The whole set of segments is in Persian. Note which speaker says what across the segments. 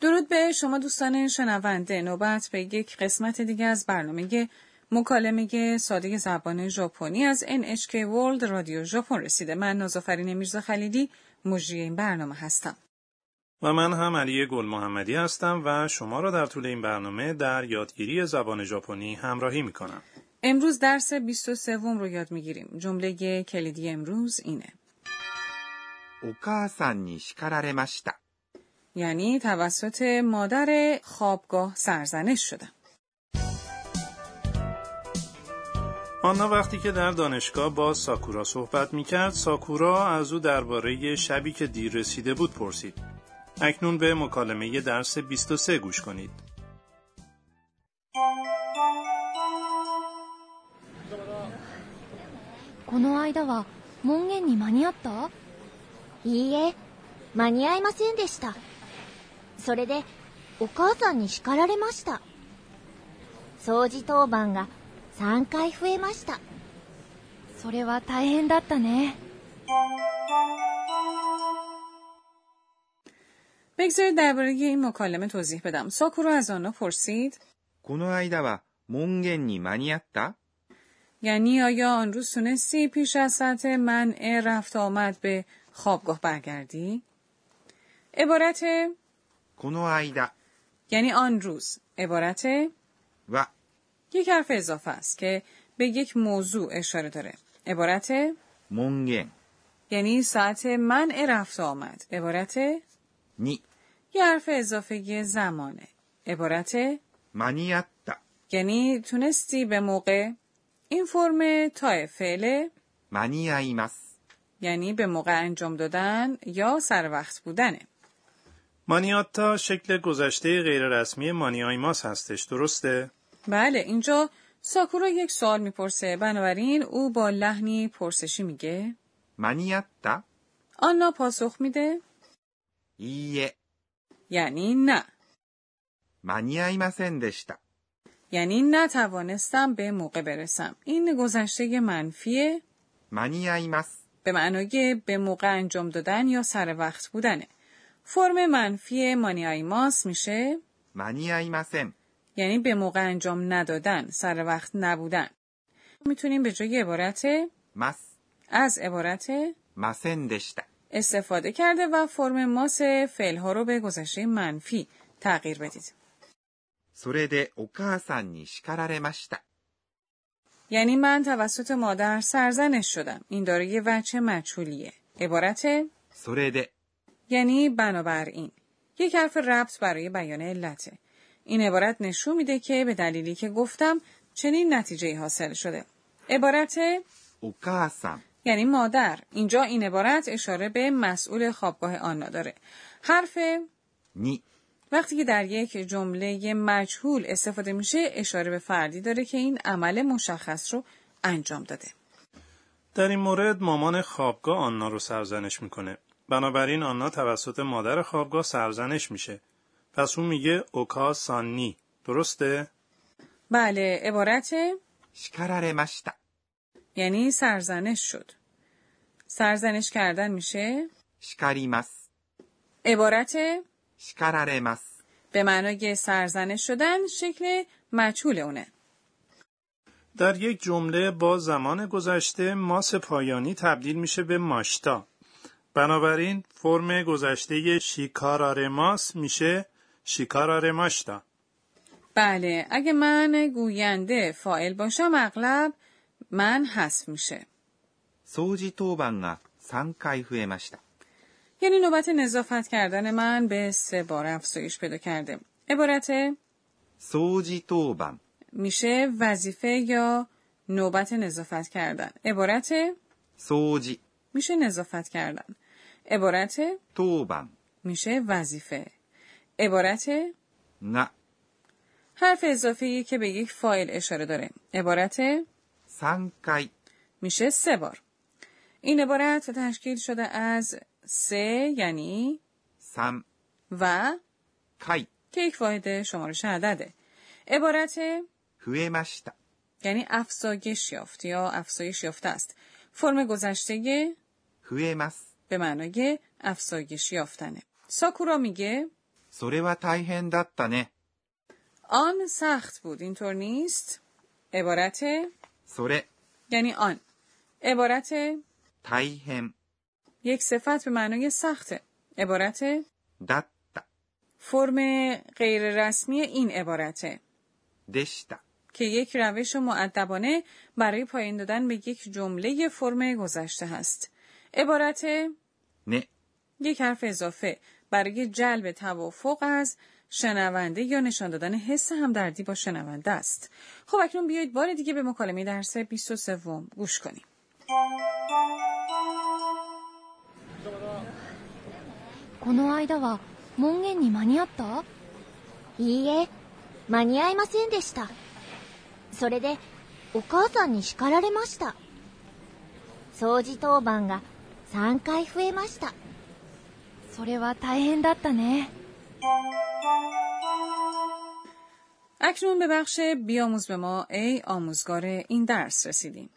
Speaker 1: درود به شما دوستان شنونده نوبت به یک قسمت دیگه از برنامه مکالمه ساده زبان ژاپنی از NHK World رادیو ژاپن رسیده من نازافرین میرزا خلیلی مجری این برنامه هستم
Speaker 2: و من هم علی گل محمدی هستم و شما را در طول این برنامه در یادگیری زبان ژاپنی همراهی می کنم.
Speaker 1: امروز درس 23 رو یاد میگیریم جمله کلیدی امروز اینه
Speaker 3: お母さんに叱られました。
Speaker 1: یعنی توسط مادر خوابگاه سرزنش شدم
Speaker 2: آنا وقتی که در دانشگاه با ساکورا صحبت می کرد، ساکورا از او درباره شبی که دیر رسیده بود پرسید. اکنون به مکالمه درس 23 گوش کنید.
Speaker 4: この間は門限に間に合った
Speaker 5: いいえ、間に合いませんでした。それで、お母さんに叱られました。掃除当番が3回増えました。
Speaker 4: それは大変だったね
Speaker 1: بگذارید درباره این مکالمه توضیح بدم ساکورا از آنا پرسید
Speaker 3: この間は門限に間に合った
Speaker 1: یعنی آیا آن روز تونستی پیش از سطح منع رفت و آمد به خوابگاه برگردی؟ عبارت
Speaker 3: この間
Speaker 1: یعنی آن روز عبارت
Speaker 3: は
Speaker 1: یک حرف اضافه است که به یک موضوع اشاره داره عبارت
Speaker 3: 門限
Speaker 1: یعنی ساعت منع رفت و آمد عبارت
Speaker 3: に
Speaker 1: یه حرف اضافه زمانه عبارت
Speaker 3: 間に合った。
Speaker 1: یعنی تونستی به موقع این فرم تا فعله
Speaker 3: 間に合います。
Speaker 1: یعنی به موقع انجام دادن یا سر وقت بودنه
Speaker 2: مانیاتا شکل گذشته غیررسمی مانیایماس هستش درسته؟
Speaker 1: بله اینجا ساکورا یک سوال میپرسه بنابراین او با لحنی پرسشی میگه
Speaker 3: 間に合った
Speaker 1: آنا پاسخ میده
Speaker 3: いいえ、
Speaker 1: یعنی نه
Speaker 3: 間に合いませんでした。
Speaker 1: یعنی نتوانستم به موقع برسم این گذشته منفیه
Speaker 3: 間に合います。
Speaker 1: به معنای به موقع انجام دادن یا سر وقت بودنه فرم منفی مانیایماس میشه
Speaker 3: 間に合いません。
Speaker 1: یعنی به موقع انجام ندادن سر وقت نبودن میتونیم به جای عبارت
Speaker 3: ます。
Speaker 1: از عبارت
Speaker 3: ませんでした。
Speaker 1: استفاده کرده و فرم ماس فعلها رو به گذشته منفی تغییر بدید.
Speaker 3: それでお母さんに叱られました。
Speaker 1: یعنی من توسط مادر سرزنش شدم. این داره وچه مچولیه. عبارت
Speaker 3: それで
Speaker 1: یعنی بنابراین. یک حرف ربط برای بیان علته. این عبارت نشون میده که به دلیلی که گفتم چنین نتیجه حاصل شده. عبارت
Speaker 3: お母さん
Speaker 1: یعنی مادر. اینجا این عبارت اشاره به مسئول خوابگاه آنا داره. حرف
Speaker 3: に
Speaker 1: وقتی که در یک جمله مجهول استفاده میشه اشاره به فردی داره که این عمل مشخص رو انجام داده.
Speaker 2: در این مورد مامان خوابگاه آنا رو سرزنش میکنه. بنابراین آنا توسط مادر خوابگاه سرزنش میشه. پس اون میگه اوکا سانی. درسته؟
Speaker 1: بله عبارت
Speaker 3: 叱られました。
Speaker 1: یعنی سرزنش شد. سرزنش کردن میشه
Speaker 3: 叱ります。
Speaker 1: عبارت
Speaker 3: 叱られます。
Speaker 1: به معنای سرزنش شدن شکل مجهول اونه.
Speaker 2: در یک جمله با زمان گذشته ماس پایانی تبدیل میشه به ماشتا. بنابراین فرم گذشته شیکارار ماس میشه شیکارار ماشتا.
Speaker 1: بله اگه من گوینده فائل باشم اغلب من حذف میشه.
Speaker 3: 掃除当番が3回増えました。
Speaker 1: یعنی نوبت نظافت کردن من به سه بار افزایش پیدا کرده. عبارت
Speaker 3: 掃除当番
Speaker 1: میشه وظیفه یا نوبت نظافت کردن عبارت
Speaker 3: 掃除、
Speaker 1: میشه نظافت کردن عبارت
Speaker 3: 当番
Speaker 1: میشه وظیفه عبارت
Speaker 3: が
Speaker 1: حرف اضافه که به یک فایل اشاره داره عبارت
Speaker 3: 3回
Speaker 1: میشه سه بار این عبارت تشکیل شده از سه یعنی
Speaker 3: 3
Speaker 1: و
Speaker 3: 回
Speaker 1: که یک واحد شمارش عدده عبارت
Speaker 3: 増えました。
Speaker 1: یعنی افزایش یافت یا افزایش یافته است فرم گذشته
Speaker 3: 増えます。
Speaker 1: به معنای افزایش یافتنه. ساکورا میگه
Speaker 3: それは大変だったね。
Speaker 1: آن سخت بود اینطور نیست عبارت
Speaker 3: それ、
Speaker 1: یعنی آن عبارت
Speaker 3: 大変
Speaker 1: یک صفت به معنای سخته عبارت
Speaker 3: だった、
Speaker 1: فرم غیررسمی این عبارته
Speaker 3: でした。
Speaker 1: که یک روش معدبانه برای پایان دادن به یک جمله فرم گذشته هست. عبارت
Speaker 3: ね、
Speaker 1: یک حرف اضافه برای جلب توافق از شنونده یا نشان دادن حس همدردی با شنونده است. خب اکنون بیایید بار دیگه به مکالمه درس 23 گوش کنیم.
Speaker 4: この間は門限に間に合った
Speaker 5: いいえ、間に合いませんでした。それで、お母さんに叱られました。掃除当番が3回増えました。
Speaker 4: それは大変だったね。
Speaker 1: اکنون به بخش بیاموز به ما ای آموزگار این درس رسیدیم.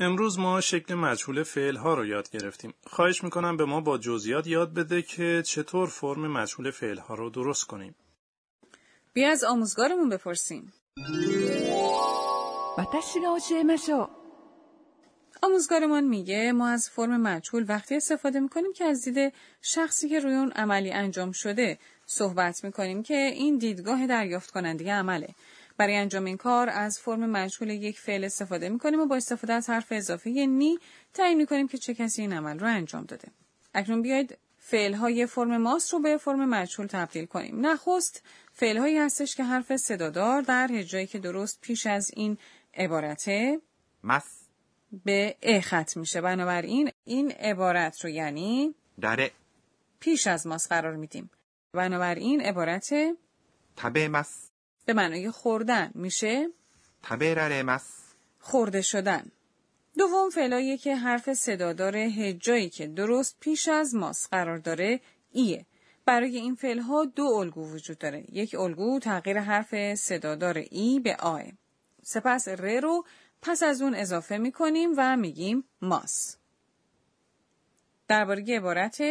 Speaker 2: امروز ما شکل مجهول فعل ها رو یاد گرفتیم. خواهش میکنم به ما با جزئیات یاد بده که چطور فرم مجهول فعل ها رو درست کنیم.
Speaker 1: بیا از آموزگارمون بپرسیم.
Speaker 6: 私が教えましょう
Speaker 1: آموزگارمان میگه ما از فرم مجهول وقتی استفاده میکنیم که از دید شخصی که روی اون عملی انجام شده صحبت میکنیم که این دیدگاه دریافت کننده عمله برای انجام این کار از فرم مجهول یک فعل استفاده میکنیم و با استفاده از حرف اضافه نی تعیین میکنیم که چه کسی این عمل رو انجام داده اکنون بیاید فعل های فرم ماست رو به فرم مجهول تبدیل کنیم نخست فعل هایی هستش که حرف صدادار در هجایی که درست پیش از این عبارته
Speaker 3: ます、
Speaker 1: به ا ختم میشه بنابراین این عبارت رو یعنی
Speaker 3: 誰、
Speaker 1: پیش از ماس قرار میدیم بنابراین عبارت
Speaker 3: 食べます、
Speaker 1: به معنای خوردن میشه
Speaker 3: 食べられます、
Speaker 1: خورده شدن دوم فعلایی که حرف صدادار هجایی که درست پیش از ماس قرار داره ایه برای این فعل ها دو الگو وجود داره یک الگو تغییر حرف صدادار ای به آه سپس ر رو پس از اون اضافه میکنیم و میگیم ماس درباره عبارت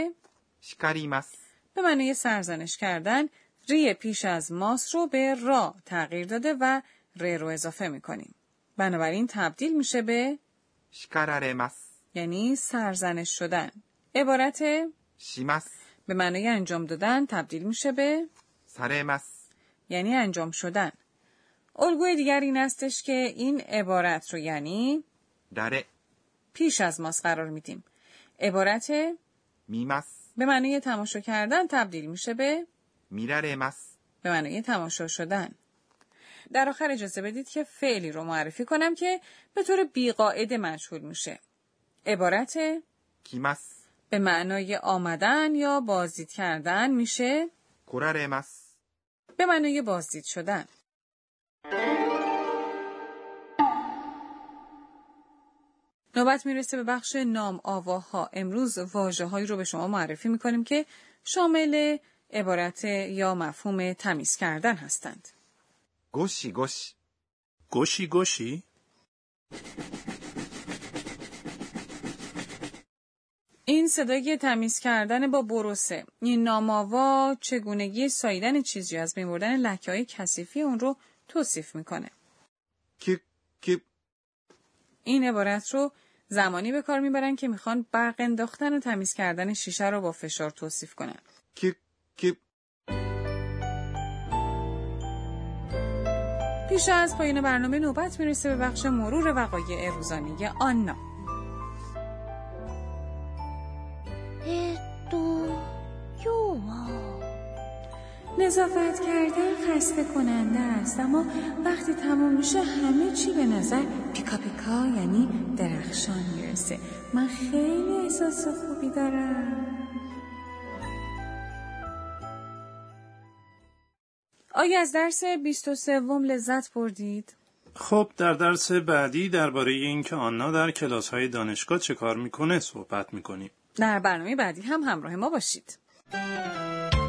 Speaker 3: 叱ります、
Speaker 1: به معنی سرزنش کردن ری پیش از ماس رو به را تغییر داده و ر رو اضافه میکنیم. بنابراین تبدیل میشه به
Speaker 3: 叱られます、
Speaker 1: یعنی سرزنش شدن. عبارت
Speaker 3: します、
Speaker 1: به معنی انجام دادن تبدیل میشه به
Speaker 3: されます、
Speaker 1: یعنی انجام شدن. الگوی دیگر این استش که این عبارت رو یعنی
Speaker 3: 誰、
Speaker 1: پیش از ماس قرار میدیم. عبارت
Speaker 3: 見ます、
Speaker 1: به معنی تماشا کردن تبدیل میشه به
Speaker 3: 見られます、
Speaker 1: به معنای تماشا شدن در آخر اجازه بدید که فعلی رو معرفی کنم که به طور بیقاعده مشهور میشه عبارت
Speaker 3: 来ます、
Speaker 1: به معنای آمدن یا بازدید کردن میشه
Speaker 3: 来られます、
Speaker 1: به معنای بازدید شدن نوبت میرسه به بخش نام آواها امروز واجه هایی رو به شما معرفی میکنیم که شامل عبارت یا مفهوم تمیز کردن هستند
Speaker 3: ゴシゴシ、
Speaker 2: گوشی گوشی؟
Speaker 1: این صدای تمیز کردن با بروسه این ناماوا چگونگی ساییدن چیزی از بین بردن لکه های کثیفی اون رو توصیف میکنه
Speaker 3: キュッキュッ、
Speaker 1: این عبارت رو زمانی به کار میبرن که میخوان برق انداختن و تمیز کردن شیشه رو با فشار توصیف کنن
Speaker 3: キュッキュッ、
Speaker 1: پیش از پایان برنامه نوبت میرسه به بخش مرور وقایع روزانه آنا
Speaker 5: えーっと、今日は、
Speaker 1: نظافت کردن خسته کننده است اما وقتی تمام میشه همه چی به نظر پیکا پیکا یعنی درخشان میرسه من خیلی احساس خوبی دارم آیا از درس 23 لذت بردید؟
Speaker 2: خب در درس بعدی درباره اینکه آنا در کلاس های دانشگاه چه کار میکنه صحبت میکنیم.
Speaker 1: در برنامه بعدی هم همراه ما باشید